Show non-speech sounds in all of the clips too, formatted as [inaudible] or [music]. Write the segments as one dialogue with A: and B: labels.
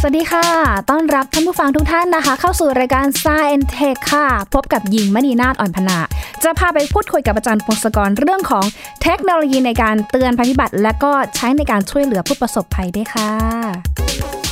A: สวัสดีค่ะ ต้อนรับท่านผู้ฟังทุกท่านนะคะ เข้าสู่รายการ Science Tech ค่ะ พบกับยิงมณีนาฏอ่อนพนา จะพาไปพูดคุยกับอาจารย์พงศกรเรื่องของเทคโนโลยีในการเตือนภัยพิบัติ และก็ใช้ในการช่วยเหลือผู้ประสบภัยด้วยค่ะ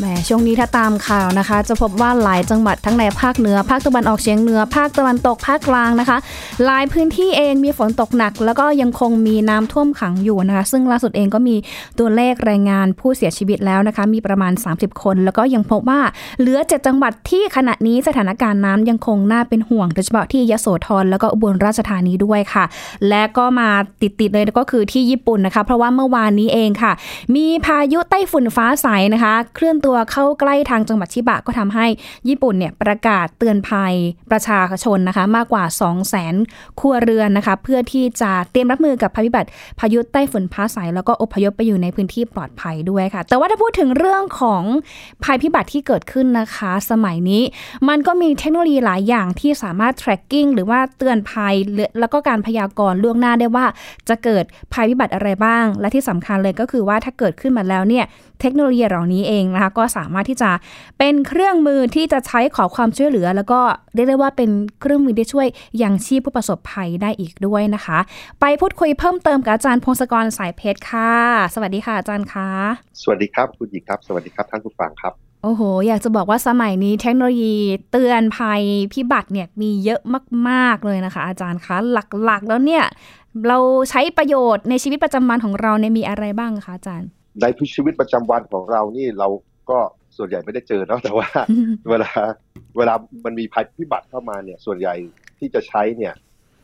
A: แหมช่วงนี้ถ้าตามข่าวนะคะ จะพบว่าหลายจังหวัดทั้งในภาคเหนือ ภาคตะวันออกเฉียงเหนือ ภาคตะวันตกภาคกลางนะคะ หลายพื้นที่เองมีฝนตกหนัก แล้วก็ยังคงมีน้ำท่วมขังอยู่นะคะ ซึ่งล่าสุดเองก็มีตัวเลขรายงานผู้เสียชีวิตแล้วนะคะ มีประมาณ 30 คน แล้วก็ยังพบว่าเหลือ 7 จังหวัดที่ขณะนี้สถานการณ์น้ำยังคงน่าเป็นห่วงโดยเฉพาะที่ยโสธรแล้วก็อุบลราชธานีด้วยค่ะ และก็มาติดๆเลยก็คือที่ญี่ปุ่นนะคะ เพราะว่าเมื่อวานนี้เองค่ะ มีพายุไต้ฝุ่นฟ้าใสนะคะ เคลื่อนตัวเข้าใกล้ทางจังหวัดชิบะก็ทำให้ญี่ปุ่นเนี่ยประกาศเตือนภัยประชาชนนะคะ มากกว่า 2 0 0 0 0 0ครัวเรือนนะคะ เพื่อที่จะเตรียมรับมือกับภัยพิบัติ พายุไต้ฝุ่นฟ้าใสแล้วก็อพยพไปอยู่ในพื้นที่ปลอดภัยด้วยค่ะ แต่ว่าถ้าพูดถึงเรื่องของภัยพิบัติที่เกิดขึ้นนะคะ สมัยนี้ มันก็มีเทคโนโลยีหลายอย่างที่สามารถ tracking หรือว่าเตือนภัยหรือแล้วก็การพยากรณ์ล่วงหน้าได้ว่า จะเกิดภัยพิบัติอะไรบ้าง และที่สำคัญเลยก็คือว่าถ้าเกิดขึ้นมาแล้วเนี่ยเทคโนโลยีเหล่านี้เองนะคะก็สามารถที่จะเป็นเครื่องมือที่จะใช้ขอความช่วยเหลือ แล้วก็เรียกได้ว่าเป็นเครื่องมือที่ช่วยยังชีพผู้ประสบภัยได้อีกด้วยนะคะ ไปพูดคุยเพิ่มเติมกับอาจารย์พงศกรสายเพชรค่ะ สวัสดีค่ะอาจารย์คะ
B: สวัสดีครับคุณหญิงครับ สวัสดีครับท่านผู้ฟังครับ
A: โอ้โห อยากจะบอกว่าสมัยนี้เทคโนโลยีเตือนภัยพิบัติเนี่ยมีเยอะมากๆเลยนะคะ อาจารย์คะ หลักๆ แล้วเนี่ย เราใช้ประโยชน์ในชีวิตประจำวันของเราเนี่ยมีอะไรบ้างคะอาจารย์ [laughs]
B: ในชีวิตประจำวันของเรานี่เราก็ส่วนใหญ่ไม่ได้เจอเนอะ [laughs] แต่ว่า เวลาเวลามันมีภัยพิบัติเข้ามาเนี่ยส่วนใหญ่ที่จะใช้เนี่ย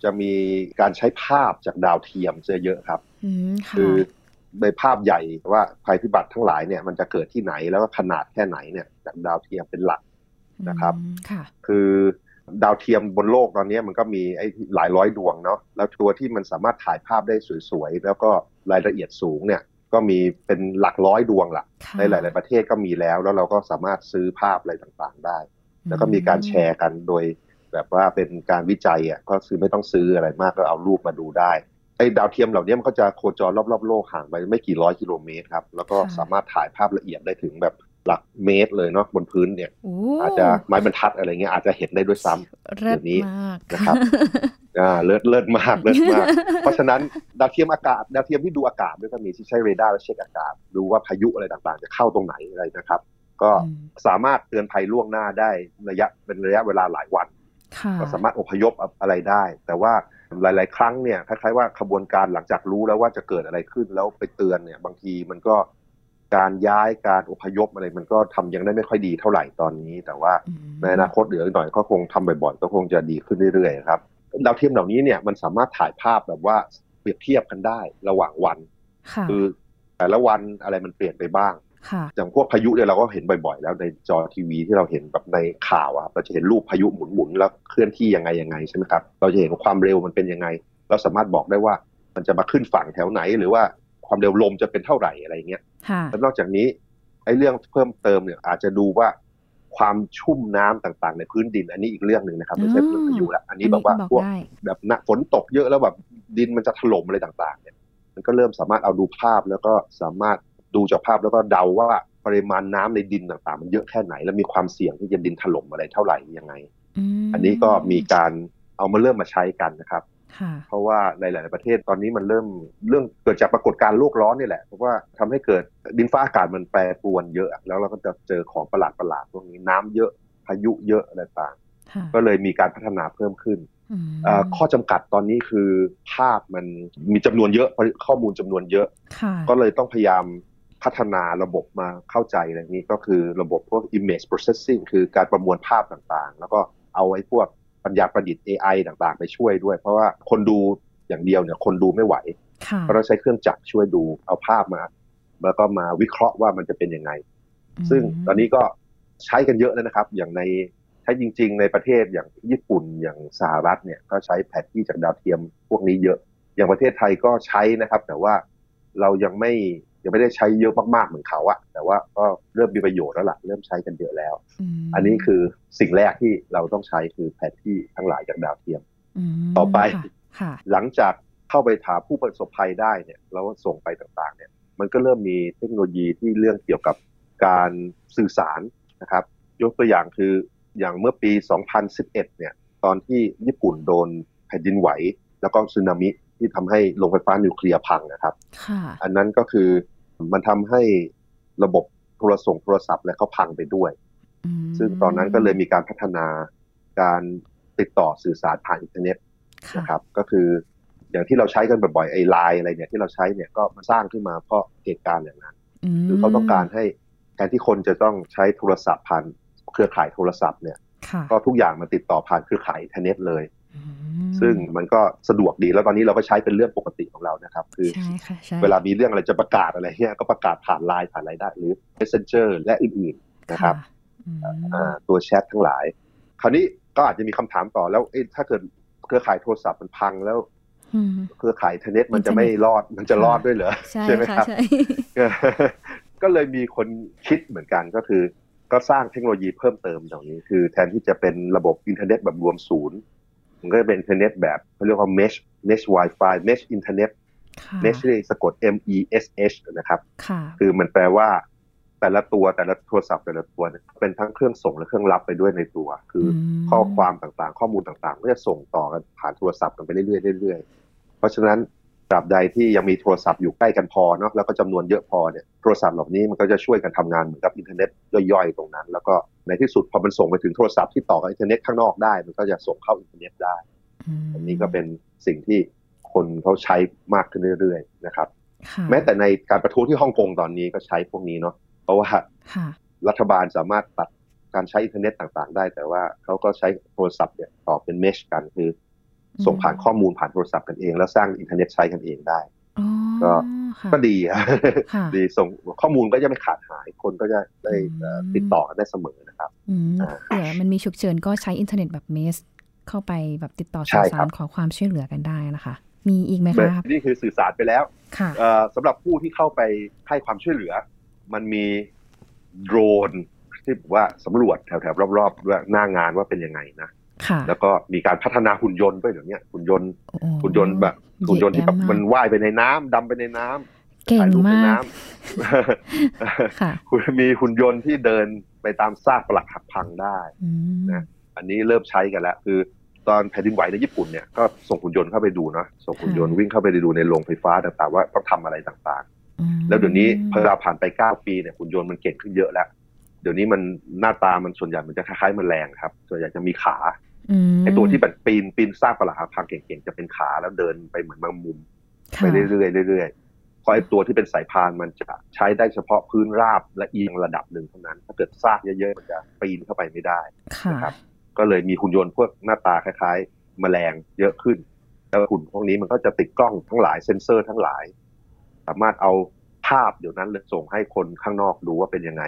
B: จะมีการใช้ภาพจากดาวเทียมซะเยอะครับ
A: อืมค่ะ
B: คือในภาพใหญ่ว่าภัยพิบัติทั้งหลายเนี่ยมันจะเกิดที่ไหนแล้วก็ขนาดแค่ไหนเนี่ยจากดาวเทียมเป็นหลัก นะครับ
A: อืมค่ะ
B: คือดาวเทียมบนโลกตอนนี้มันก็มีไอ้หลายร้อยดวงเนาะแล้วตัวที่มันสามารถถ่ายภาพได้สวยๆ แล้วก็รายละเอียดสูงเนี่ยก็มีเป็นหลักร้อยดวงละ
A: ค่ะ
B: ในหลาย ๆ ประเทศก็มีแล้ว แล้วเราก็สามารถซื้อภาพอะไรต่างๆได้ แล้วก็มีการแชร์กันโดย แบบว่าเป็นการวิจัยอ่ะก็คือไม่ต้องซื้ออะไรมากก็เอารูปมาดูได้ไอ้ดาวเทียมเหล่านี้มันก็จะโคจรรอบๆโลกห่างไปไม่กี่ร้อยกิโลเมตรครับแล้วก็
A: ค่ะ
B: สามารถถ่ายภาพละเอียดได้ถึงแบบหลักเมตรเลยเนาะบนพื้นเนี่ย
A: โอ้
B: อาจจะไม้บรรทัดอะไรเงี้ยอาจจะเห็นได้ด้วยซ้ำ
A: เลิศ
B: เดี๋ยวนี้
A: มาก
B: นะครับ อ่าเลิศเลิศม [laughs] ากเลิศมาก เพราะฉะนั้นดาวเทียมอากาศดาวเทียมที่ดูอากาศด้วยก็มีที่ใช้เรดาร์และเช็คอากาศ ดูว่าพายุอะไรต่างๆ จะเข้าตรงไหนอะไรนะครับ ก็
A: อืม
B: สามารถเตือนภัยล่วงหน้าได้ระยะเป็นระยะเวลาหลายวัน
A: ค่ะ
B: ก็สามารถอพยพอะไรได้ แต่ว่าหลาย ๆ ครั้งเนี่ยคล้ายๆว่าขบวนการหลังจากรู้แล้วว่าจะเกิดอะไรขึ้นแล้วไปเตือนเนี่ย บางทีมันก็การย้ายการอพยพอะไรมันก็ทำยังได้ไม่ค่อยดีเท่าไหร่ตอนนี้ แต่ว่า
A: อืม
B: ในอนาคตเหลืออีกหน่อยก็คงทำบ่อยๆก็คงจะดีขึ้นเรื่อยๆครับดาวเทียมเหล่านี้เนี่ยมันสามารถถ่ายภาพแบบว่าเปรียบเทียบกันได้ระหว่างวัน
A: ค่ะ
B: คือแต่ละวันอะไรมันเปลี่ยนไปบ้าง
A: ค่ะ
B: อย่างพวกพายุเนี่ยเราก็เห็นบ่อยๆ แล้วในจอทีวีที่เราเห็นแบบในข่าวอะครับเราจะเห็นรูปพายุหมุนๆแล้วเคลื่อนที่ยังไงยังไงใช่ไหมครับเราจะเห็นว่าความเร็วมันเป็นยังไง เราสามารถบอกได้ว่ามันจะมาขึ้นฝั่งแถวไหน หรือว่าความเร็วลมจะเป็นเท่าไหร่อะไรอย่างเงี้ย
A: ค่ะ
B: แล้วนอกจากนี้ไอ้เรื่องเพิ่มเติมเนี่ยอาจจะดูว่าความชุ่มน้ำต่างๆ ในพื้นดิน อันนี้อีกเรื่องหนึ่งนะครับไม่ใช่เรื่องพายุละอันนี้แบบว่า
A: อั
B: พวก
A: ได้
B: แบบหนะฝนตกเยอะแล้วแบบดินมันจะถล่มอะไรต่างๆเนี่ยมันก็เริ่มสามารถเอาดูภาพแล้วก็สามารถดูจากภาพแล้วก็เดาว่าปริมาณน้ำในดินต่างๆ มันเยอะแค่ไหน แล้วมีความเสี่ยงที่จะดินถล่มอะไรเท่าไหร่ยังไง
A: ม
B: อันนี้ก็มีการเอามาเริ่มมาใช้กันนะครับ
A: ค่ะ
B: เพราะว่าในหลาย ๆ ประเทศตอนนี้มันเริ่มเรื่องเกิดจากปรากฏการณ์โลกร้อนนี่แหละ เพราะว่าทำให้เกิดดินฟ้าอากาศมันแปรปรวนเยอะ แล้วเราก็จะเจอของประหลาดประหลาดๆพวกนี้น้ำเยอะพายุเยอะอะไรต่าง
A: ค่ะ
B: ก็เลยมีการพัฒนาเพิ่มขึ้น
A: ม
B: เอ่อข้อจำกัดตอนนี้คือภาพมันมีจำนวนเยอะข้อมูลจำนวนเยอะ
A: ค่ะ
B: ก็เลยต้องพยายามพัฒนาระบบมาเข้าใจอะไรนี้ก็คือระบบพวก image processing คือการประมวลภาพต่างๆ แล้วก็เอาไอ้พวกปัญญาประดิษฐ์ AI ต่างๆ ไปช่วยด้วย เพราะว่าคนดูอย่างเดียวเนี่ยคนดูไม่ไหว
A: ค่ะ
B: ก็ต้องใช้เครื่องจักรช่วยดูเอาภาพมา แล้วก็มาวิเคราะห์ว่ามันจะเป็นยังไง ซึ่งตอนนี้ก็ใช้กันเยอะแล้วนะครับ อย่างในใช้จริง ๆ ในประเทศอย่างญี่ปุ่นอย่างสหรัฐเนี่ยก็ใช้แผนที่จากดาวเทียมพวกนี้เยอะ อย่างประเทศไทยก็ใช้นะครับ แต่ว่าเรายังไม่ ยังไม่ได้ใช้เยอะมากๆเหมือนเขาอะแต่ว่าก็เริ่มมีประโยชน์แล้วล่ะเริ่มใช้กันเยอะแล้ว
A: ม
B: อันนี้คือสิ่งแรกที่เราต้องใช้คือแผนที่ทั้งหลายจากดาวเทียม
A: ม
B: ต่อไป
A: ค่ะค่ะ
B: หลังจากเข้าไปถามผู้ประสบภัยได้เนี่ยแล้วส่งไปต่างๆเนี่ยมันก็เริ่มมีเทคโนโลยีที่เรื่องเกี่ยวกับการสื่อสารนะครับ ยกตัวอย่างคืออย่างเมื่อปี 2011 เนี่ยตอนที่ญี่ปุ่นโดนแผ่นดินไหว แล้วก็สึนามิที่ทำให้โรงไฟฟ้านิวเคลียร์พังนะครับ
A: ค่ะ
B: อันนั้นก็คือมันทำให้ระบบโทรส่งโทรศัพท์และเขาพังไปด้วย
A: อืม
B: ซึ่งตอนนั้นก็เลยมีการพัฒนาการติดต่อสื่อสารผ่านอินเทอร์เน็ต
A: ค่ะ
B: นะครับก็คืออย่างที่เราใช้กันบ่อยๆไอ้ไลน์อะไรเนี่ยที่เราใช้เนี่ยก็มันสร้างขึ้นมาเพราะเหตุการณ์อย่างนั้น
A: ม
B: คือเขาต้องการให้แทนที่คนจะต้องใช้โทรศัพท์ผ่านเครือข่ายโทรศัพท์เนี่ย
A: ค่ะ
B: ก็ทุกอย่างมันติดต่อผ่านเครือข่ายอินเทอร์เน็ตเลย
A: อืม
B: ซึ่งมันก็สะดวกดีแล้วตอนนี้เราก็ใช้เป็นเรื่องปกติของเรานะครับ คือ
A: ใช่ค่ะใช่
B: เวลามีเรื่องอะไรจะประกาศอะไรเนี่ยก็ประกาศผ่านไลน์ผ่านอะไรได้หรือ Messenger และอื่นๆนะครับ
A: อืม
B: อ่าตัวแชททั้งหลาย คราวนี้ก็อาจจะมีคำถามต่อแล้วเอ๊ะถ้าเกิดเครือข่ายโทรศัพท์มันพังแล้ว
A: อืม
B: เครือข่ายอินเทอร์เน็ตมันจะไม่รอดมันจะรอดด้วยเหรอ
A: ใช่
B: ใช่ไหม
A: ค่ะ
B: ครับ
A: ใช่
B: [laughs] ก็เลยมีคนคิดเหมือนกันก็คือ ก็สร้างเทคโนโลยีเพิ่มเติมเหล่านี้ คือแทนที่จะเป็นระบบอินเทอร์เน็ตแบบรวมศูนย์ มันก็จะเป็นอินเทอร์เน็ตแบบเขาเรียกว่า mesh mesh wifi mesh internet
A: ค่ะ
B: mesh ที่สะกด m e s h นะครับ
A: ค่ะ
B: คือมันแปลว่าแต่ละตัวแต่ละโทรศัพท์แต่ละตัวเนี่ยเป็นทั้งเครื่องส่งและเครื่องรับไปด้วยในตัว คืออ
A: ม
B: ข้อความต่างๆ ข้อมูลต่างๆ ก็จะส่งต่อกันผ่านโทรศัพท์กันไปเรื่อยๆเรื่อยๆเพราะฉะนั้นตราบใดที่ยังมีโทรศัพท์อยู่ใกล้กันพอเนาะแล้วก็จำนวนเยอะพอเนี่ยโทรศัพท์เหล่านี้มันก็จะช่วยกันทำงานเหมือนกับอินเทอร์เน็ตย่อยๆตรงนั้น แล้วก็ในที่สุดพอมันส่งไปถึงโทรศัพท์ที่ต่อกับอินเทอร์เน็ตข้างนอกได้ มันก็จะส่งเข้าอินเทอร์เน็ตได้
A: ม
B: อันนี้ก็เป็นสิ่งที่คนเขาใช้มากขึ้นเรื่อยๆนะครับ
A: ค่ะ
B: แม้แต่ในการประท้วงที่ฮ่องกงตอนนี้ก็ใช้พวกนี้เนาะเพราะว่า
A: ค่ะ
B: รัฐบาลสามารถตัดการใช้อินเทอร์เน็ตต่างๆ ได้ แต่ว่าเขาก็ใช้โทรศัพท์เนี่ยต่อเป็นเมชกันคือ
A: อืม
B: ส่งผ่านข้อมูลผ่านโทรศัพท์กันเอง แล้วสร้างอินเทอร์เน็ตใช้กันเองได้
A: อ๋อ
B: ก็
A: ค่ะ
B: ก็ดีอะ
A: [laughs] ค่ะ
B: ดีส่งข้อมูลก็จะไม่ขาดหายคนก็จะได้เอ่ออ
A: ม
B: ติดต่อกันได้เสมอนะครับ
A: อืม
B: อ่า
A: เผื่อมันมีฉุกเฉินก็ใช้อินเทอร์เน็ตแบบเมส เข้าไปแบบติดต่อ
B: ใช่
A: สื่อสา
B: ครั
A: ร
B: บ
A: ขอความช่วยเหลือกันได้นะคะ มีอีกไหมคะครับ
B: นี่คือสื่อสารไปแล้ว
A: ค่ะ
B: เอ่อสำหรับผู้ที่เข้าไปให้ความช่วยเหลือ มันมีโดรนที่บอกว่าสำรวจแถบๆรอบๆว่าหน้างานว่าเป็นยังไงนะ
A: ค่ะ
B: แล้วก็มีการพัฒนาหุ่นยนต์ด้วยเดี๋ยวนี้หุ่นยนต์
A: โอ้
B: หุ่นยนต์แบบหุ่นยนต์ที่แบบ
A: เยอะแยะาก
B: มันว่ายไปในน้ำดำไปในน้ำ
A: เก่
B: ถ่างยรูปใน
A: มาก
B: น้ำ [laughs]
A: ค่ะ
B: คุณมีหุ่นยนต์ที่เดินไปตามซากปรักหักพังได้
A: อืม
B: นะ อันนี้เริ่มใช้กันแล้ว คือตอนแผ่นดินไหวในญี่ปุ่นเนี่ยก็ส่งหุ่นยนต์เข้าไปดูเนาะส่งหุ่นยนต์วิ่งเข้าไปดูในโรงไฟฟ้าต่างๆว่าต้องทำอะไรต่าง
A: อืม
B: ๆ แล้วเดี๋ยวนี้พอเราผ่านไป 9 ปีเนี่ยหุ่นยนต์มันเก่งขึ้นเยอะแล้ว เดี๋ยวนี้มันหน้าตามันส่วนใหญ่มันจะคล้ายๆแมลงครับส่วนใหญ่จะมีขา
A: ม
B: ไอตัวที่แบบปีนปีนสร้างปลาหาพังเก่งๆ จะเป็นขาแล้วเดินไปเหมือนบางมุม
A: ค่ะ
B: ไปเรื่อยๆเรื่อยๆเพราะไอตัวที่เป็นสายพานมันจะใช้ได้เฉพาะพื้นราบและเอียงระดับหนึ่งเท่านั้น ถ้าเกิดซากเยอะๆ มันจะปีนเข้าไปไม่ได้
A: ค่ะ
B: นะครับ ก็เลยมีหุ่นยนต์พวกหน้าตาคล้ายๆ แมลงเยอะขึ้น แล้วหุ่นพวกนี้มันก็จะติดกล้องทั้งหลายเซ็นเซอร์ทั้งหลาย สามารถเอาภาพเดี๋ยวนั้นเลยส่งให้คนข้างนอกดูว่าเป็นยังไง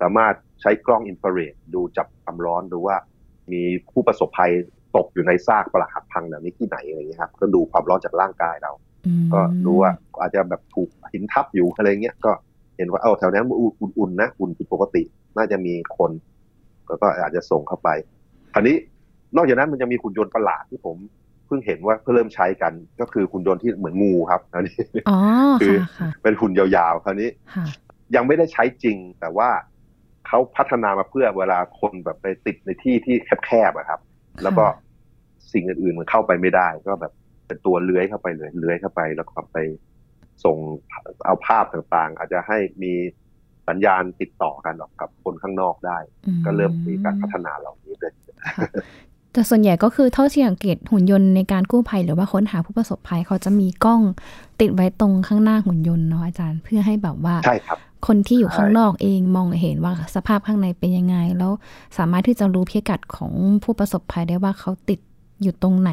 B: สามารถใช้กล้องอินฟราเรดดูจับความร้อนดูว่า มีผู้ประสบภัยตกอยู่ในซากปรักหักพังแบบนี้ที่ไหนอะไรอย่างเงี้ยครับก็ดูความร้อนจากร่างกายเรา
A: อืม
B: ก็รู้ว่าอาจจะแบบถูกหินทับอยู่อะไรเงี้ยก็เห็นว่าเออแถวนั้นอุ่นๆนะอุ่นผิดปกติ น่าจะมีคนแล้วก็อาจจะส่งเข้าไปคราวนี้นอกจากนั้นมันจะมีหุ่นยนต์ประหลาดที่ผมเพิ่งเห็นว่าเพิ่งเริ่มใช้กันก็คือหุ่นยนต์ที่เหมือนงูครับอันนี้ [laughs]
A: อ๋อ
B: คือ
A: ค่ะค่ะ
B: เป็นหุ่นยาวๆคราวนี้
A: ค่ะ
B: ยังไม่ได้ใช้จริง แต่ว่าเขาพัฒนามาเพื่อเวลาคนแบบไปติดในที่ที่แคบๆอะครับ แล้วก็
A: ค่ะ
B: สิ่งอื่นๆมันเข้าไปไม่ได้ ก็แบบเป็นตัวเลื้อยเข้าไปเลยเลื้อยเข้าไป แล้วก็ไปส่งเอาภาพต่างๆ อาจจะให้มีสัญญาณติดต่อกันออกกับคนข้างนอกได้
A: อื
B: ก็เริ่มมีการพัฒนาเหล่านี้เลย
A: แต่ส่วนใหญ่ก็คือเท่าที่สังเกตหุ่นยนต์ในการกู้ภัยหรือว่าค้นหาผู้ประสบภัยเขาจะมีกล้องติดไว้ตรงข้างหน้าหุ่นยนต์เนาะอาจารย์เพื่อให้แบบว่า
B: ใช่ครับ
A: คนที่อยู่
B: ใช่
A: ข้างนอกเองมองเห็นว่าสภาพข้างในเป็นยังไง แล้วสามารถที่จะรู้พิกัดของผู้ประสบภัยได้ว่าเขาติดอยู่ตรงไหน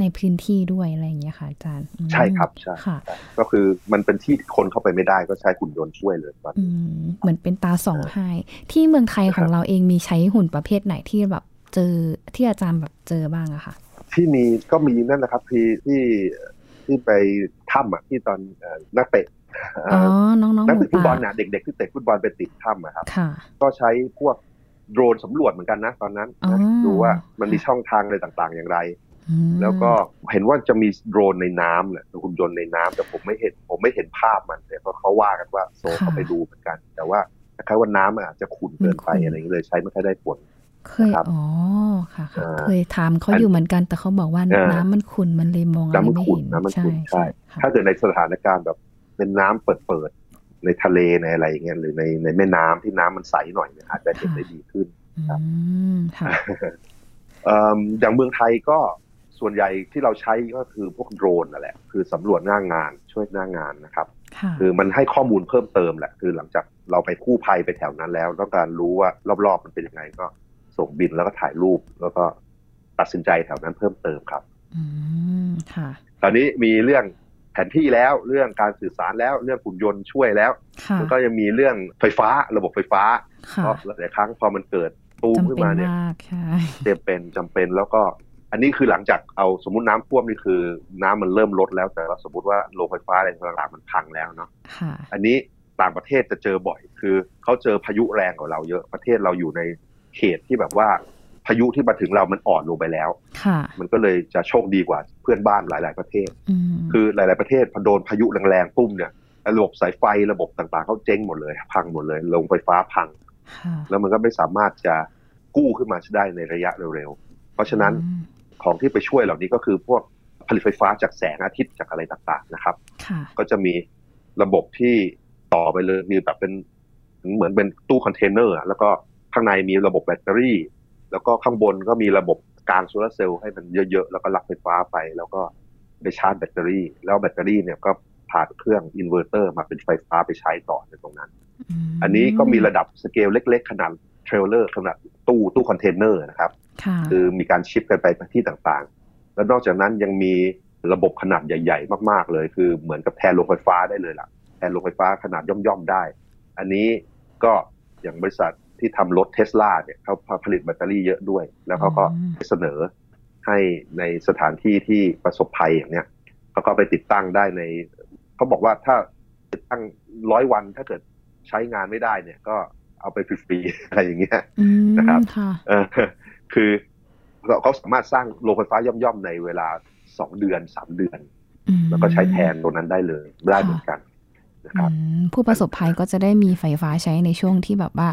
A: ในพื้นที่ด้วยอะไรอย่างเงี้ยค่ะอาจารย์อืม
B: ใช่ครับใช่
A: ค่ะ
B: ก็คือมันเป็นที่ที่คนเข้าไปไม่ได้ก็ใช้หุ่นยนต์ช่วยเลยตอน
A: อื
B: นี้
A: มเหมือนเป็นตาสองให้ที่เมืองไทยของ
B: ครับ
A: เราเองมีใช้หุ่นประเภทไหนที่แบบเจอที่อาจารย์แบบเจอบ้างอะค่ะ
B: ที่มีก็มีนั่นนะครับที่ที่ที่ไปถ้ำอ่ะที่ตอนเอ่อนักเตะ
A: อ๋อ น้องๆ
B: นัก
A: หมู
B: เตะฟุตบอ
A: ป่า
B: ลน่ะเด็กๆที่เตะฟุตบอลไปติดถ้ำอะครับ
A: ค่ะ
B: ก็ใช้พวกโดรนสำรวจเหมือนกันนะตอนนั้น
A: อ๋อ
B: นะดูว่ามันมีช่องทางอะไรต่างๆ อย่างไร
A: อืม
B: แล้วก็เห็นว่าจะมีโดรนในน้ำเนี่ยหุ่นยนต์ในน้ำแต่ผมไม่เห็นผมไม่เห็นภาพมันแต่ก็เขาว่ากันว่าโซเขาไปดูเหมือนกัน แต่ว่าคล้ายๆว่าน้ำอาจจะขุ่นเกินไปอะไรอย่างเงี้ยเลยใช้ไม่ค่อยได้ผล
A: เคย
B: ครับ
A: อ๋อค่ะค่ะ
B: อ่า
A: เคยถามเขาอยู่เหมือนกัน แต่เขาบอกว่า
B: อ่า
A: น้ำมันขุ่นมันเลยมองอะไร
B: น้ำมัน
A: ไม่
B: ขุ่น
A: เห็น
B: น้ำมัน
A: ใช่
B: ขุ่นใช่
A: ค่ะ
B: ถ้าเกิดในสถานการณ์แบบเป็นน้ำเปิดๆในทะเลในอะไรอย่างเงี้ยหรือในในแม่น้ำที่น้ำมันใสหน่อยเนี่ยอาจจะเห็นได้ดีขึ้น
A: อืมค่ะ
B: เอิ่มอย่างเมืองไทยก็ส่วนใหญ่ที่เราใช้ก็คือพวกโดรนนั่นแหละ คือสำรวจหน้างานช่วยหน้างานนะครับ
A: ค่ะ
B: คือมันให้ข้อมูลเพิ่มเติมแหละ คือหลังจากเราไปคู่ภัยไปแถวนั้นแล้วต้องการรู้ว่ารอบๆมันเป็นยังไงก็ส่งบินแล้วก็ถ่ายรูปแล้วก็ตัดสินใจแถวนั้นเพิ่มเติมครับ
A: อืมค่ะ
B: ตอนนี้มีเรื่องแผนที่แล้วเรื่องการสื่อสารแล้วเรื่องหุ่นยนต์ช่วยแล้ว
A: ค่ะ
B: มันก็ยังมีเรื่องไฟฟ้าระบบไฟฟ้า
A: ค่ะ
B: เพราะหลายๆครั้งพอมันเกิดตูม
A: จำ
B: ขึ้น
A: เป็น
B: มาเนี่ย
A: มากใช่
B: จำเป็นจำเป็นแล้วก็อันนี้คือหลังจากเอาสมมติน้ำท่วมนี่คือน้ำมันเริ่มลดแล้วแต่เราสมมติว่าโรงไฟฟ้าอะไรต่างๆมันพังแล้วเนาะ
A: ค่ะ
B: อันนี้ต่างประเทศจะเจอบ่อย คือเขาเจอพายุแรงกว่าเราเยอะประเทศเราอยู่ในเขตที่แบบว่าพายุที่มาถึงเรามันอ่อนลงไปแล้ว
A: ค่ะ
B: มันก็เลยจะโชคดีกว่าเพื่อนบ้านหลาย ๆ ประเทศ
A: อืม
B: คือหลาย ๆ ประเทศพอโดนพายุแรงๆปุ้มเนี่ยระบบสายไฟระบบต่างๆเขาเจ๊งหมดเลย พังหมดเลยโรงไฟฟ้าพัง
A: ค่ะ
B: แล้วมันก็ไม่สามารถจะกู้ขึ้นมาได้ในระยะเร็วๆเพราะฉะนั้น
A: อืม
B: ของที่ไปช่วยเหล่านี้ก็คือพวกผลิตไฟฟ้าจากแสงอาทิตย์จากอะไรต่างๆนะครับ
A: ค่ะ
B: ก็จะมีระบบที่ต่อไปเลยมีแบบเป็นเหมือนเป็นตู้คอนเทนเนอร์อะแล้วก็ข้างในมีระบบแบตเตอรี่ แล้วก็ข้างบนก็มีระบบกลางโซลาร์เซลล์ให้มันเยอะๆ แล้วก็รับไฟฟ้าไป แล้วก็ไปชาร์จแบตเตอรี่ แล้วแบตเตอรี่เนี่ยก็ผ่านเครื่องอินเวอร์เตอร์มาเป็นไฟฟ้าไปใช้ต่อในตรงนั้น
A: ม
B: อันนี้ก็มีระดับสเกลเล็ก ๆ ขนาดเทรลเลอร์ขนาดตู้ตู้คอนเทนเนอร์นะครับ
A: ค่ะ
B: คือมีการชิปกันไปที่ต่างๆ แล้วนอกจากนั้นยังมีระบบขนาดใหญ่ ๆ มาก ๆ เลย คือเหมือนกับแทนโรงไฟฟ้าได้เลยล่ะ แทนโรงไฟฟ้าขนาดย่อม ๆ ได้ อันนี้ก็อย่างบริษัทที่ทำรถเทสลาเนี่ยเขาผลิตแบตเตอรี่เยอะด้วย แล้วเขาก็
A: อืม
B: เสนอให้ในสถานที่ที่ประสบภัยอย่างเนี้ยเขาก็ไปติดตั้งได้ใน เขาบอกว่าถ้าติดตั้งร้อยวันถ้าเกิดใช้งานไม่ได้เนี่ยก็เอาไปฟรีๆอะไรอย่างเงี้ย
A: อืม
B: นะครับ
A: ค่ะ
B: เอ [laughs] อคือเราเขาสามารถสร้างโรงไฟฟ้าย่อมๆในเวลาสองเดือนสามเดือน
A: อืม
B: แล้วก็ใช้แทนตัวนั้นได้เลยได้เหมือนกันนะครับ
A: อืมผู้ประสบภัยก็จะได้มีไฟฟ้าใช้ในช่วงที่แบบว่า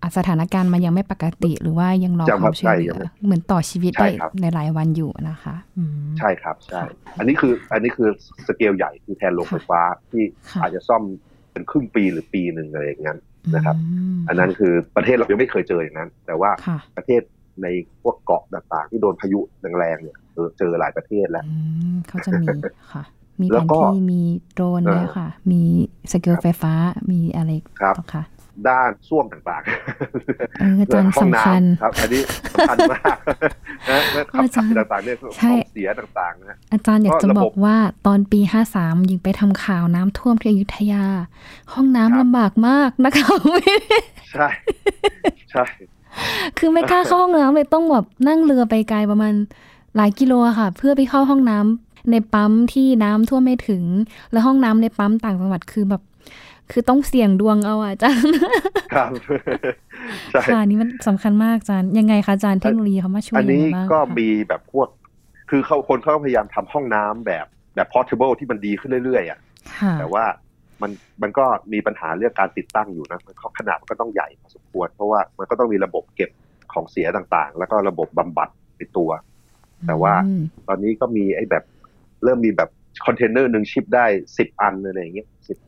A: อ่ะสถานการณ์มันยังไม่ปกติหรือว่ายังรอ
B: ยัง
A: ความช่วยเหลื
B: ใช่ยั
A: อง
B: ไม่
A: เหมือนต่อชีวิต
B: ใช่
A: ได้
B: ครับ
A: ในหลายวันอยู่นะคะอืม
B: ใช่ครับใช่
A: ค่ะ
B: อันนี้คืออันนี้คือสเกลใหญ่คือแทนโรงไฟฟ้าที่
A: ค่ะ
B: อาจจะซ่อมเป็นครึ่งปีหรือปีหนึ่งอะไรอย่างนั้น นะครับ
A: ม
B: อันนั้นคือประเทศเรายังไม่เคยเจออย่างนั้น แต่ว่า
A: ค่ะ
B: ประเทศในพวกเกาะต่างๆ ที่โดนพายุแรงๆเนี่ยเออเจอหลายประเทศแล้ว
A: อืมเขาจะมีค่ะ มี
B: แล้
A: แผ
B: วน ก็
A: ที่มีโดรน
B: เอ่อ
A: แล้วค่ะ มีสเกล
B: ครับ
A: ไฟฟ้ามีอะไร
B: ครับ
A: ต่อค่ะ
B: ด้านส้วมต่าง
A: เอออาจารย์
B: ๆห้ [laughs] อง
A: สำ
B: น้
A: คัญ
B: ำครับ อันนี้สำคัญมาก [laughs] นะเมื่อขับ
A: อาจารย์
B: ถ่ายต่างๆเนี่ย
A: ใช่
B: ของเสียต่างๆนะฮะ
A: อาจารย์อยากจะ
B: ก็ระ
A: บ
B: บบ
A: อกว่าตอนปี 53 ยิงไปทำข่าวน้ำท่วมที่อยุธยา ห้อง
B: ครับ
A: น้ำลำบากมากนะคะ [laughs] ไม่ได้
B: ใช่ [laughs] ใช่
A: คือไม่กล้าเข้าห้องน้ำเลยต้องแบบนั่งเรือไปไกลประมาณหลายกิโลอะค่ะ เพื่อไปเข้าห้องน้ำในปั๊มที่น้ำท่วมไม่ถึง แล้วห้องน้ำในปั๊มต่างจังหวัดคือแบบ คือต้องเสี่ยงดวงเอาอะอาจารย์
B: ครับ [laughs] ใช่
A: ค่ะอันนี่มันสำคัญมากอาจารย์ยังไงคะอาจารย์เทคโนโลยีเขามาช่วย
B: อัน
A: ยัง
B: นี้
A: ไงบ้าง
B: ก็
A: คะ
B: มีแบบพวก คือเขาคนเขาพยายามทำห้องน้ำแบบแบบ portable ที่มันดีขึ้นเรื่อยๆอ่ะ
A: ค่ะ
B: แต่ว่ามันมันก็มีปัญหาเรื่องการติดตั้งอยู่นะมันก็ขนาดมันก็ต้องใหญ่พอสมควร เพราะว่ามันก็ต้องมีระบบเก็บของเสียต่างๆ แล้วก็ระบบบำบัดในตัว แต่ว่า
A: อืม
B: ตอนนี้ก็มีไอ้แบบเริ่มมีแบบคอนเทนเนอร์หนึ่งชิปได้สิบอันอะไรอย่างเงี้ยสิบ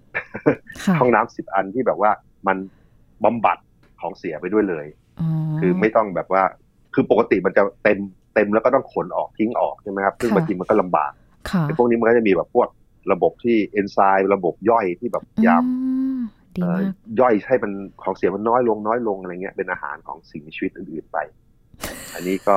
A: ค่ะ
B: ห้องน้ำสิบอันที่แบบว่ามันบำบัดของเสียไปด้วยเลย คือไม่ต้องแบบว่าคือปกติมันจะเต็มเต็มแล้วก็ต้องขนออกทิ้งออกใช่ไหมครับซึ่งบางทีมันก็ลำบาก
A: ค่ะ
B: ไอ้พวกนี้มันก็จะมีแบบพวกระบบที่เอนไซม์ระบบย่อยที่แบบพยายาม
A: อืมดี
B: เอ่อ
A: มาก
B: ย่อยให้มันของเสียมันน้อยลงน้อยลงอะไรเงี้ยเป็นอาหารของสิ่งมีชีวิตอื่นๆไป อันนี้ก็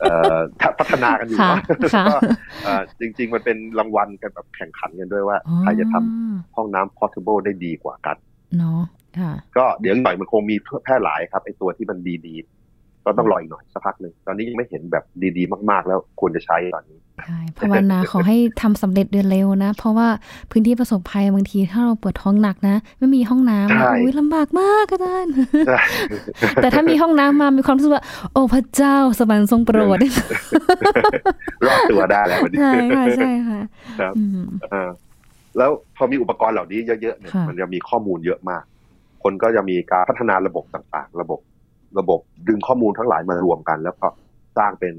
B: เอ่อ [laughs] พัฒนากันอยู่
A: ค่ะ
B: เนาะ
A: ค่ะ
B: ก็ เอ่อจริง ๆ มันเป็นรางวัลกันแบบแข่งขันกันด้วยว่า ใครจะทำ
A: อ๋อ
B: ห้องน้ำ portable ได้ดีกว่ากัน
A: เนาะค่ะ
B: ก็เดี๋ยวอีกหน่อยมันคงมีแพร่หลายครับไอตัวที่มันดี ก็ต้องรออีกหน่อยสักพักหนึ่งตอนนี้ยังไม่เห็นแบบดีๆ มากๆ แล้วควรจะใช้ตอนนี้ [laughs]
A: ใช่ภาวนาขอให้ทำสำเร็จเดือนเร็วนะ เพราะว่าพื้นที่ประสบภัยบางทีถ้าเราปวดท้องหนักนะ ไม่มีห้องน้ำ
B: ใช่
A: นะอุ้ยลำบากมากอาจารย์ [laughs]
B: ใช่
A: แต่ถ้ามีห้องน้ำมามีความรู้สึกว่า โอ้พระเจ้าสวรรค์ทรงโปร
B: [laughs]
A: ด
B: รอดตัวได้แล้ววันนี้
A: ใช่ค่ะใช่ค่ะ
B: ครับ
A: อืม
B: เออแล้วพอมีอุปกรณ์เหล่านี้เยอะๆเนี่ย
A: ค่ะ
B: มันจะมีข้อมูลเยอะมาก คนก็จะมีการพัฒนาระบบต่างๆ ระบบ ระบบดึงข้อมูลทั้งหลายมารวมกัน แล้วก็สร้างเป็น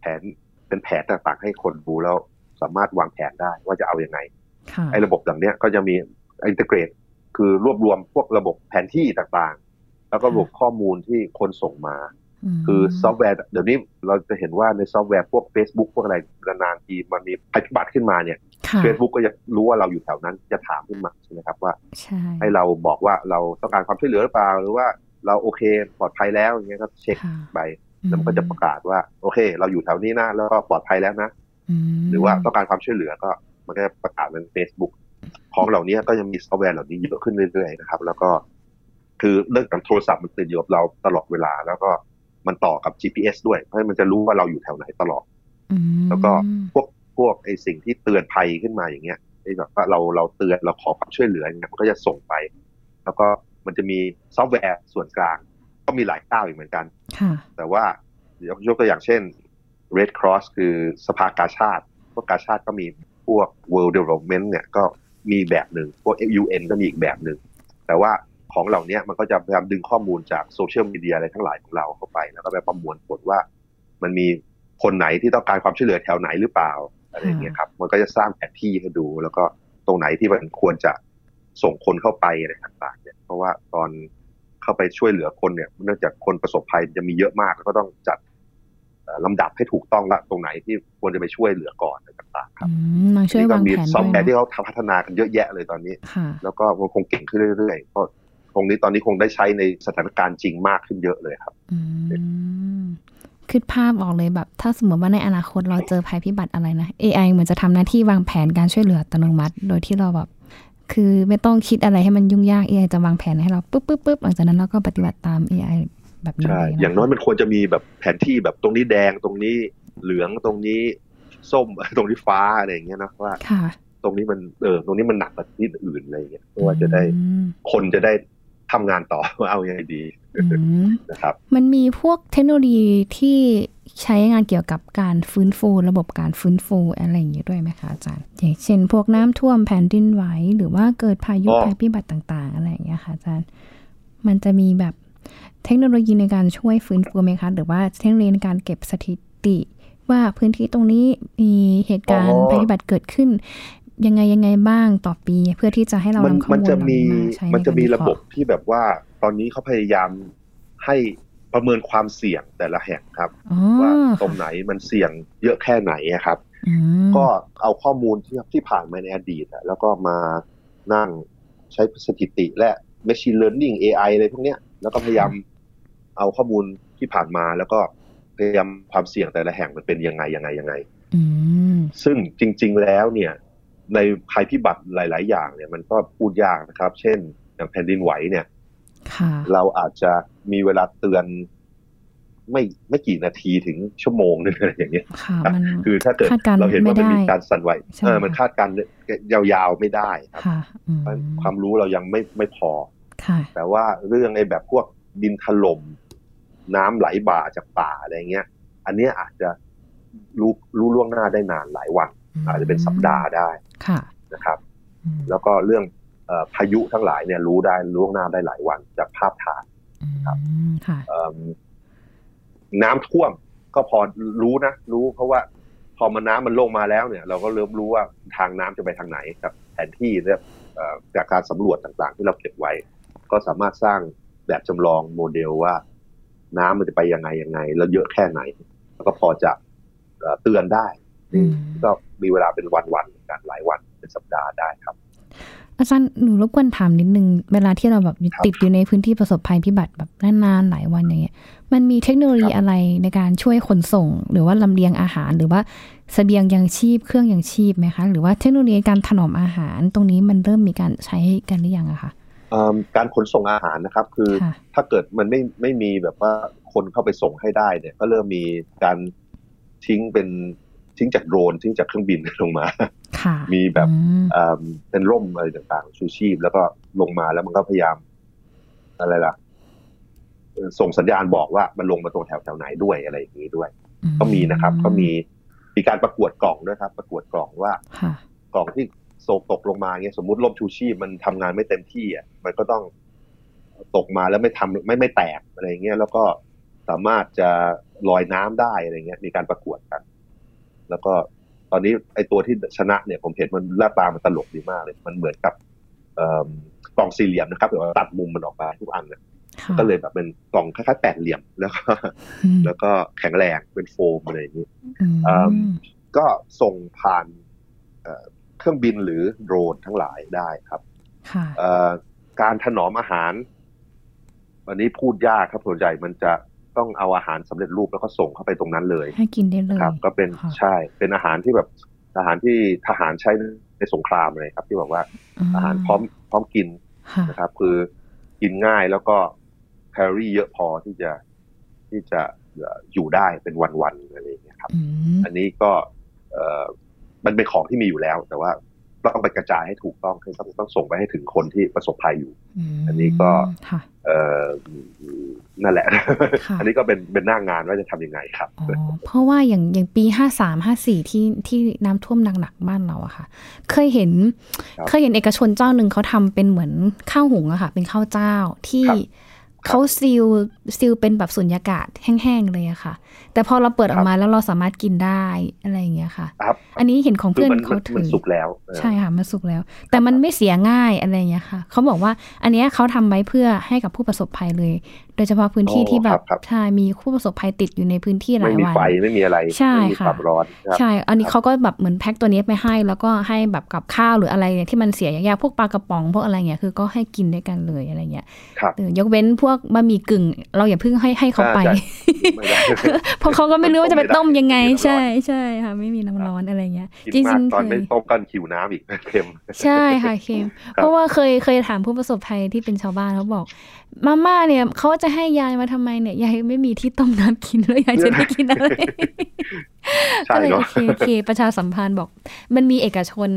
B: แผนเป็นแผนต่างๆ ให้คนดูแล้วสามารถวางแผนได้ว่าจะเอาอยัางไง
A: ค่ะ
B: ไอ้ระบบเหล่าเนี้ยก็จะมีอิน e เกรตคือรวบรวมพวกระบบแผนที่ต่างๆ แล้วก็ระบบข้อมูลที่คนส่งมา
A: ม
B: คือซอฟต์แวร์เดี๋ยวนี้เราจะเห็นว่าในซอฟต์แวร์พวก Facebook พวกอะไรนานๆทีมันมีภัยพิบัติขึ้นมาเนี่ย
A: ค่ะ
B: Facebook ก็จะรู้ว่าเราอยู่แถวนั้นจะถามขึ้นมาใช่ไหมครับว่า
A: ใช่
B: ให้เราบอกว่าเราต้องการความช่วยเหลือหรือเปล่า หรือว่าเราโอเคปลอดภัยแล้วอย่างเงี้ยก็เช็ค
A: ค่ะ
B: ไปแล้วมันก็จะประกาศว่าโอเค เราอยู่แถวนี้นะแล้วก็ปลอดภัยแล้วนะ
A: ม
B: หรือว่าต้องการความช่วยเหลือก็มันก็จะประกาศใน Facebook ของเหล่านี้ก็ยังมีซอฟต์แวร์เหล่านี้เยอะขึ้นเรื่อยๆนะครับ แล้วก็คือเรื่องของโทรศัพท์มันติดอยู่กับเราตลอดเวลา แล้วก็มันต่อกับ GPS ด้วย เพราะฉะนั้นมันจะรู้ว่าเราอยู่แถวไหนตลอด
A: อืม
B: แล้วก็พวกพวกไอสิ่งที่เตือนภัยขึ้นมาอย่างเงี้ยไอแบบว่าเราเราเตือนเราขอความช่วยเหลืออย่างเงี้ยมันก็จะส่งไป แล้วก็มันจะมีซอฟต์แวร์ส่วนกลาง ก็มีหลายเจ้าอีกเหมือนกัน
A: ค่ะ
B: แต่ว่าเดี๋ยวยกตัวอย่างเช่น Red Cross คือสภากาชาติ พวกกาชาติก็มีพวก World Development เนี่ยก็มีแบบหนึ่งพวก UN ก็มีอีกแบบหนึ่ง แต่ว่าของเหล่าเนี้ยมันก็จะพยายามดึงข้อมูลจากโซเชียลมีเดียอะไรทั้งหลายของเราเข้าไป แล้วก็ไปประมวลผลว่า มันมีคนไหนที่ต้องการความช่วยเหลือแถวไหนหรือเปล่าอะไรอย่างเงี้ยครับ มันก็จะสร้างแผนที่ให้ดู แล้วก็ตรงไหนที่มันควรจะส่งคนเข้าไปอะไรต่างๆ เนี่ย เพราะว่าตอนเข้าไปช่วยเหลือคนเนี่ย เนื่องจากคนประสบภัยจะมีเยอะมากแล้วก็ต้องจัดเอ่อลำดับให้ถูกต้องละตรงไหนที่ควรจะไปช่วยเหลือก่อนอะไรต่างๆ ครับ
A: อืมนางช่วย
B: นี่ก็
A: วาง
B: มี
A: แผน
B: ซอฟต์แว
A: ด้วย
B: ร์
A: นะ
B: ที่เขาพัฒนากันเยอะแยะเลยตอนนี้
A: ค่ะ
B: แล้วก็มันคงเก่งขึ้นเรื่อยๆเพราะตรงนี้ตอนนี้คงได้ใช้ในสถานการณ์จริงมากขึ้นเยอะเลยครับ
A: อืมคิดภาพออกเลยแบบ ถ้าสมมติว่าในอนาคตเราเจอภัยพิบัติอะไรนะ AI เหมือนจะทำหน้าที่วางแผนการช่วยเหลืออัตโนมัติ โดยที่เราแบบ คือไม่ต้องคิดอะไรให้มันยุ่งยาก AI จะวางแผนให้เราปุ๊บปุ๊บปุ๊บหลังจากนั้นเราก็ปฏิบัติตาม AI แบบนี้
B: ใช่
A: เลยะ
B: อย่างน้อยมันควรจะมีแบบแผนที่แบบตรงนี้แดงตรงนี้เหลืองตรงนี้ส้ม [laughs] ตรงนี้ฟ้าอะไรอย่างเงี้ยนะว่า
A: ค่ะ
B: ตรงนี้มันเออตรงนี้มันหนักกว่าที่อื่นอะไรอย่างเงี้ยเพราะว่าจะได้คนจะได้ทำงานต่อ [laughs] ว่าเอายังไงดี
A: อืมอืม
B: นะครับ
A: มันมีพวกเทคโนโลยีที่ใช้งานเกี่ยวกับการฟื้นฟู ระบบการฟื้นฟูอะไรอย่างนี้ด้วยไหมคะอาจารย์ อย่างเช่น พวกน้ำท่วมแผ่นดินไหวหรือว่าเกิดพายุ
B: อ๋อ
A: ภัยพิบัติต่างๆ อะไรอย่างเงี้ยค่ะอาจารย์ มันจะมีแบบเทคโนโลยีในการช่วยฟื้นฟูไหมคะ หรือว่าเทคโนโลยีในการเก็บสถิติ ว่าพื้นที่ตรงนี้มีเหตุการณ์
B: อ๋อ
A: ภัยพิบัติเกิดขึ้น ยังไงยังไงบ้างต่อปี เพื่อที่จะให้เรา
B: มัน
A: นำข้อมูล
B: มัน
A: เห
B: จะ
A: ล่า
B: มี
A: นี้าใช้
B: มันจะมี
A: ในกา
B: ระบบ
A: วิเ
B: ที่แบบว่า ตอนนี้เขาพยายามให้ประเมินความเสี่ยงแต่ละแห่งครับ
A: คอ๋อ
B: ว่าตรงไหนมันเสี่ยงเยอะแค่ไหนอะครับ
A: อืม
B: ก็เอาข้อมูลที่ที่ผ่านมาในอดีตอะแล้วก็มานั่งใช้สถิติและ Machine Learning AI อะไรพวกเนี้ย แล้วก็พยายามเอาข้อมูลที่ผ่านมาแล้วก็พยายามความเสี่ยงแต่ละแห่งมันเป็นยังไงยังไงยังไง
A: อืม
B: ซึ่งจริง ๆ แล้วเนี่ย ในภัยพิบัติหลาย ๆ อย่างเนี่ยมันก็พูดยากนะครับ เช่น อย่างแผ่นดินไหวเนี่ย
A: ค่ะ
B: เราอาจจะมีเวลาเตือน ไม่ไม่กี่นาทีถึงชั่วโมงนึงอะไรอย่างเงี้ย
A: ค่ะมัน
B: คือถ้าเกิด
A: คาดการณ์
B: เราเห็นว่ามัน
A: ไม่
B: มี
A: ได้
B: การสั่นไหว
A: ใช่
B: เออมัน
A: ค่ะ
B: คาดการณ์ยาวๆไม่ได้ครับ
A: ค่ะอืม
B: ความรู้เรายังไม่ไม่พอ
A: ค่ะ
B: แต่ว่าเรื่องไอ้แบบพวกดินถล่มน้ำไหลบ่าจากป่าอะไรเงี้ย อันเนี้ยอาจจะรู้รู้ล่วงหน้าได้นานหลายวัน อาจจะเป็นสัปดาห์ได้
A: ค่ะ
B: นะครับ
A: อืม
B: แล้วก็เรื่องเอ่อพายุทั้งหลายเนี่ยรู้ได้ล่วงหน้าได้หลายวันจากภาพถ่าย ครับ
A: อืมค่ะ
B: เอิ่มน้ำท่วมก็พอรู้นะ รู้เพราะว่าพอมันน้ำมันลงมาแล้วเนี่ย เราก็เริ่มรู้ว่าทางน้ำจะไปทางไหนครับแผนที่เนี่ยเอ่อจากการสำรวจต่างๆ ที่เราเก็บไว้ ก็สามารถสร้างแบบจำลองโมเดลว่า น้ำมันจะไปยังไงยังไง แล้วเยอะแค่ไหน แล้วก็พอจะเอ่อเตือนได้นี่
A: อืม
B: ก็มีเวลาเป็นวันๆเหมือนกันหลายวันเป็นสัปดาห์ได้ครับ
A: อาจารย์หนูรบกวนถามนิดนึง เวลาที่เราแบบอยู่
B: ครับ
A: ติดอยู่ในพื้นที่ประสบภัยพิบัติแบบนานๆหลายวันอย่างเงี้ยมันมีเทคโนโลยี
B: ครับ
A: อะไรในการช่วยขนส่ง หรือว่าลำเลียงอาหาร หรือว่าเสบียงยังชีพเครื่องยังชีพไหมคะ หรือว่าเทคโนโลยีการถนอมอาหารตรงนี้มันเริ่มมีการใช้กันหรือยังอะคะ
B: เอิ่มการขนส่งอาหารนะครับ คือ
A: ค่ะ
B: ถ้าเกิดมันไม่ไม่มีแบบว่าข คนเข้าไปส่งให้ได้เนี่ย ก็เริ่มมีการทิ้งเป็นทิ้งจากโดรนทิ้งจากเครื่องบินลงมา
A: ค่ะ
B: มีแบบ
A: อืม
B: เอ่อเป็นร่มอะไรต่างๆ ชูชีพ แล้วก็ลงมาแล้วมันก็พยายาม อะไรล่ะเอ่อส่งสัญญาณบอกว่ามันลงมาตรงแถวแถวๆไหนด้วยอะไรอย่างนี้ด้วย ก็มีนะครับ ก็มีมีการประกวดกล่องด้วยครับ ประกวดกล่องว่า
A: ค่ะ
B: กล่องที่โศกตกลงมาเงี้ยสมมติร่มชูชีพมันทำงานไม่เต็มที่อ่ะมันก็ต้องตกมาแล้วไม่ทำไม่ไม่แตกอะไรเงี้ยแล้วก็สามารถจะลอยน้ำได้อะไรเงี้ยมีการประกวดกัน แล้วก็ตอนนี้ไอตัวที่ชนะเนี่ยผมเห็นมันหน้าตามันตลกดีมากเลย มันเหมือนกับเอิ่มกล่องสี่เหลี่ยมนะครับแต่ว่าตัดมุมมันออกมาทุกอันเนี่ย
A: ค่ะ
B: ก็เลยแบบเป็นกล่องคล้ายๆแปดเหลี่ยมแล้วก็
A: อืม
B: แล้วก็แข็งแรงเป็นโฟมอะไรอย่างนี้
A: อืม
B: เอิ่ม ก็ส่งผ่านเอ่อเครื่องบินหรือโดรนทั้งหลายได้ครับ
A: ค่ะ
B: เอ่อการถนอมอาหาร วันนี้พูดยากครับส่วนใหญ่มันจะต้องเอาอาหารสำเร็จรูปแล้วก็ส่งเข้าไปตรงนั้นเลย
A: ให้กินได้เลย
B: ครับ ก็เป็น
A: ค่ะ
B: ใช่เป็นอาหารที่แบบอาหารที่ทหารใช้ในสงครามเลยครับ ที่บอกว่าอาหารพร้อมพร้อมกิน
A: ค่ะ
B: นะครับ คือกินง่ายแล้วก็แคลอรี่เยอะพอที่จะที่จะเอ่ออยู่ได้เป็นวันๆอะไรอย่างเงี้ยครับ
A: อืม
B: อันนี้ก็เออมันเป็นของที่มีอยู่แล้ว แต่ว่าต้องไปกระจายให้ถูกต้องคือต้องต้องส่งไปให้ถึงคนที่ประสบภัยอยู่
A: ม
B: อันนี้ก็
A: ค่ะ
B: เออนั่นแหละ
A: ค่ะ
B: อันนี้ก็เป็นเป็นหน้างานว่าจะทำยังไงครับ
A: อ๋อเพราะว่าอย่างอย่างปีห้าสามห้าสี่ที่ที่น้ำท่วมหนักๆบ้านเราอะค่ะ เคยเห็น
B: ครับ
A: เคยเห็นเอกชนเจ้าหนึ่งเขาทำเป็นเหมือนข้าวหุงอะค่ะ เป็นข้าวเจ้าที่
B: ครับ
A: เขาซีลซีลเป็นแบบสุญญากาศแห้งๆเลยอะค่ะ แต่พอเราเปิดออ
B: ครั
A: ก
B: บ
A: มาแล้วเราสามารถกินได้อะไรอย่างเงี้ยค่ะ
B: ครับ
A: อันนี้เห็นของ
B: คือ
A: เพื่อน
B: มันมั
A: เขา
B: น
A: ถื
B: มัน
A: อ
B: สุกแล้วเออ
A: ใช่ค่ะมันสุกแล้ว แต่มันไม่เสียง่ายอะไรอย่างเงี้ยค่ะเขาบอกว่าอันเนี้ยเขาทำไว้เพื่อให้กับผู้ประสบภัยเลย โดยเฉพาะพื้นที่
B: โอ้
A: ที่แบบ
B: ครับครับ
A: ใช่มีผู้ประสบภัยติดอยู่ในพื้นที่หลา
B: ไม่
A: ย
B: มี
A: วัน
B: ไฟไม่มีอะไร
A: ใช่
B: ไม่มี
A: ค่ะ
B: ความร้อนครับ
A: ใช่ อันนี้เขาก็แบบเหมือนแพ็คตัวนี้ไปให้ แล้วก็ให้แบบกับข้าวหรืออะไรเนี่ยที่มันเสียยากๆพวกปลากระป๋องพวกอะไรเงี้ยคือก็ให้กินด้วยกันเลยอะไรเงี้ย
B: ครับ
A: เออยกเว้นพวกบะหมี่กึ่ง เราอย่าเพิ่งให้ให้เขาไป
B: อ่าใช่ไม่
A: [laughs]
B: ได้
A: เพราะเขาก็ไม่รู้ว่าจะไปต้มยังไง
B: ไม่ได้
A: ใช่ใช่ค่ะ ไม่มีน้ำร้อนอะไรเงี้ย
B: กินมาก
A: ๆ
B: ตอนไม่
A: เคย
B: ต้มกันหิวน้ำอีกเค็ม
A: ใช่ค่ะเคมเพราะว่าเคยเคยถามผู้ประสบภัยที่เป็นชาวบ้านเขาบอก มาม่าเนี่ยเขาจะให้ยายมาทำไมเนี่ยยายไม่มีที่ต้มน้ำกินแล้วยายจะได้กินอะไร
B: [laughs] ใช่
A: ก็เลย
B: เน
A: โอ
B: อะ
A: เคโอเค ประชาสัมพันธ์บอก มันมีเอกชน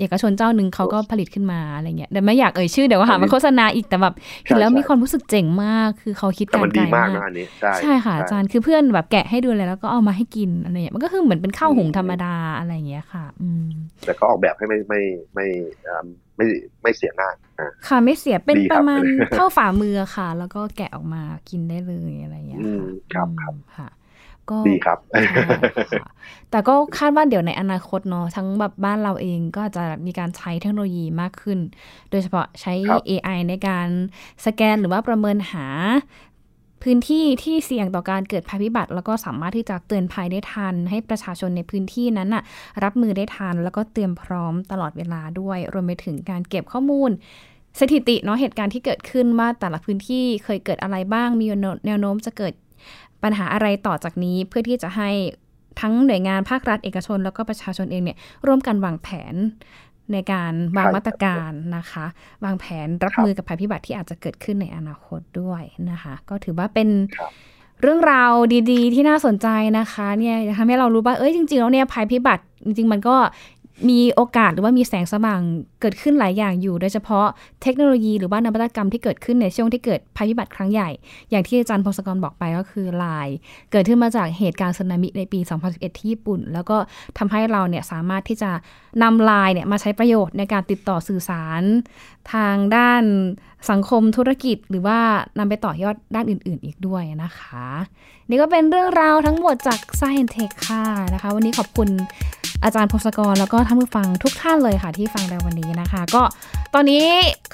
A: เอกชนเจ้าหนึ่งเขาก็ผลิตขึ้นมาอะไรเงี้ยแต่ไม่อยากเอ่ยชื่อเดี๋ยวหามาโฆษณาอีกแต่แบบเห็นแล้วมีความรู้สึกเจ๋งมาก คือเขาคิด
B: แต่
A: การ
B: มัน
A: ไกล
B: ดีมาก
A: มาก
B: นะอันนี้ใช่
A: ใช่ค่ะอาจารย์คือเพื่อนแบบแกะให้ดูเลยแล้วก็เอามาให้กินอะไรเงี้ยมันก็คือเหมือนเป็นข้าวหุงธรรมดาอะไรอย่างเงี้ยค่ะ อืม
B: แต่ก็ออกแบบให้ไม่ไม่ไม่เอิ่มไม่ไม่เสียง่าย
A: ค่ะไม่เสียเป็น
B: ดีครับ
A: ประมาณ เท่าฝ่ามือค่ะ แล้วก็แกะออกมากินได้เลยอะไรอย่างเงี้ย
B: อืม
A: ค่ะ
B: ครั
A: อื
B: บ
A: มค่ะ ก็
B: ดีครับ
A: ใช่ค่ะแต่ก็คาดว่าเดี๋ยวในอนาคตเนาะทั้งแบบบ้านเราเองก็จะมีการใช้เทคโนโลยีมากขึ้น โดยเฉพาะใช้
B: ครับ
A: AI ในการสแกนหรือว่าประเมินหา พื้นที่ที่เสี่ยงต่อการเกิดภัยพิบัติ แล้วก็สามารถที่จะเตือนภัยได้ทัน ให้ประชาชนในพื้นที่นั้นน่ะ รับมือได้ทัน แล้วก็เตรียมพร้อมตลอดเวลาด้วย รวมไปถึงการเก็บข้อมูล สถิติเนาะเหตุการณ์ที่เกิดขึ้นว่าแต่ละพื้นที่เคยเกิดอะไรบ้าง มีแนวโน้มจะเกิดปัญหาอะไรต่อจากนี้ เพื่อที่จะให้ทั้งหน่วยงานภาครัฐเอกชน แล้วก็ประชาชนเองเนี่ยร่วมกันวางแผนในการวาง
B: ใช่
A: มาตรการนะคะ วางแผนรับมือกับภัยพิบัติที่อาจจะเกิดขึ้นในอนาคตด้วยนะคะ ก็ถือว่าเป็น
B: ครับ
A: เรื่องราวดีๆ ที่น่าสนใจนะคะเนี่ยทำให้เรารู้ว่าเอ้ยจริงๆแล้วเนี่ยภัยพิบัติจริง ๆ มันก็มีโอกาสหรือว่ามีแสงสว่างเกิดขึ้นหลายอย่างอยู่ โดยเฉพาะเทคโนโลยีหรือว่านวัตกรรมที่เกิดขึ้นในช่วงที่เกิดภัยพิบัติครั้งใหญ่ อย่างที่อาจารย์พงศกรบอกไปก็คือลาย เกิดขึ้นมาจากเหตุการณ์สึนามิในปี 2011 ที่ญี่ปุ่น แล้วก็ทำให้เราเนี่ยสามารถที่จะนำลายเนี่ยมาใช้ประโยชน์ในการติดต่อสื่อสาร ทางด้านสังคมธุรกิจ หรือว่านำไปต่อยอดด้านอื่น ๆ อีกด้วยนะคะ นี่ก็เป็นเรื่องราวทั้งหมดจาก Science Tech ค่ะนะคะ วันนี้ขอบคุณอาจารย์พงศกรแล้วก็ท่านผู้ฟังทุกท่านเลยค่ะที่ฟังเราวันนี้นะคะ ก็ตอนนี้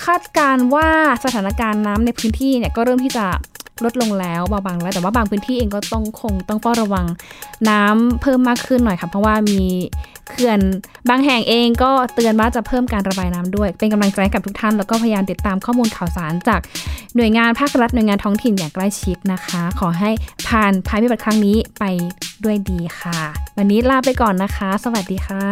A: คาดการณ์ว่าสถานการณ์น้ำในพื้นที่เนี่ยก็เริ่มที่จะลดลงแล้วเบาบางแล้วแต่ว่าบางพื้นที่เองก็ต้องคงต้องเฝ้าระวังน้ำเพิ่มมากขึ้นหน่อยค่ะเพราะว่ามีเขื่อนบางแห่งเองก็เตือนว่าจะเพิ่มการระบายน้ำด้วย เป็นกำลังใจให้กับทุกท่าน แล้วก็พยายามติดตามข้อมูลข่าวสารจาก หน่วยงานภาครัฐหน่วยงานท้องถิ่นอย่างใกล้ชิดนะคะ ขอให้ผ่านภัยพิบัติครั้งนี้ไปด้วยดีค่ะ วันนี้ลาไปก่อนนะคะ สวัสดีค่ะ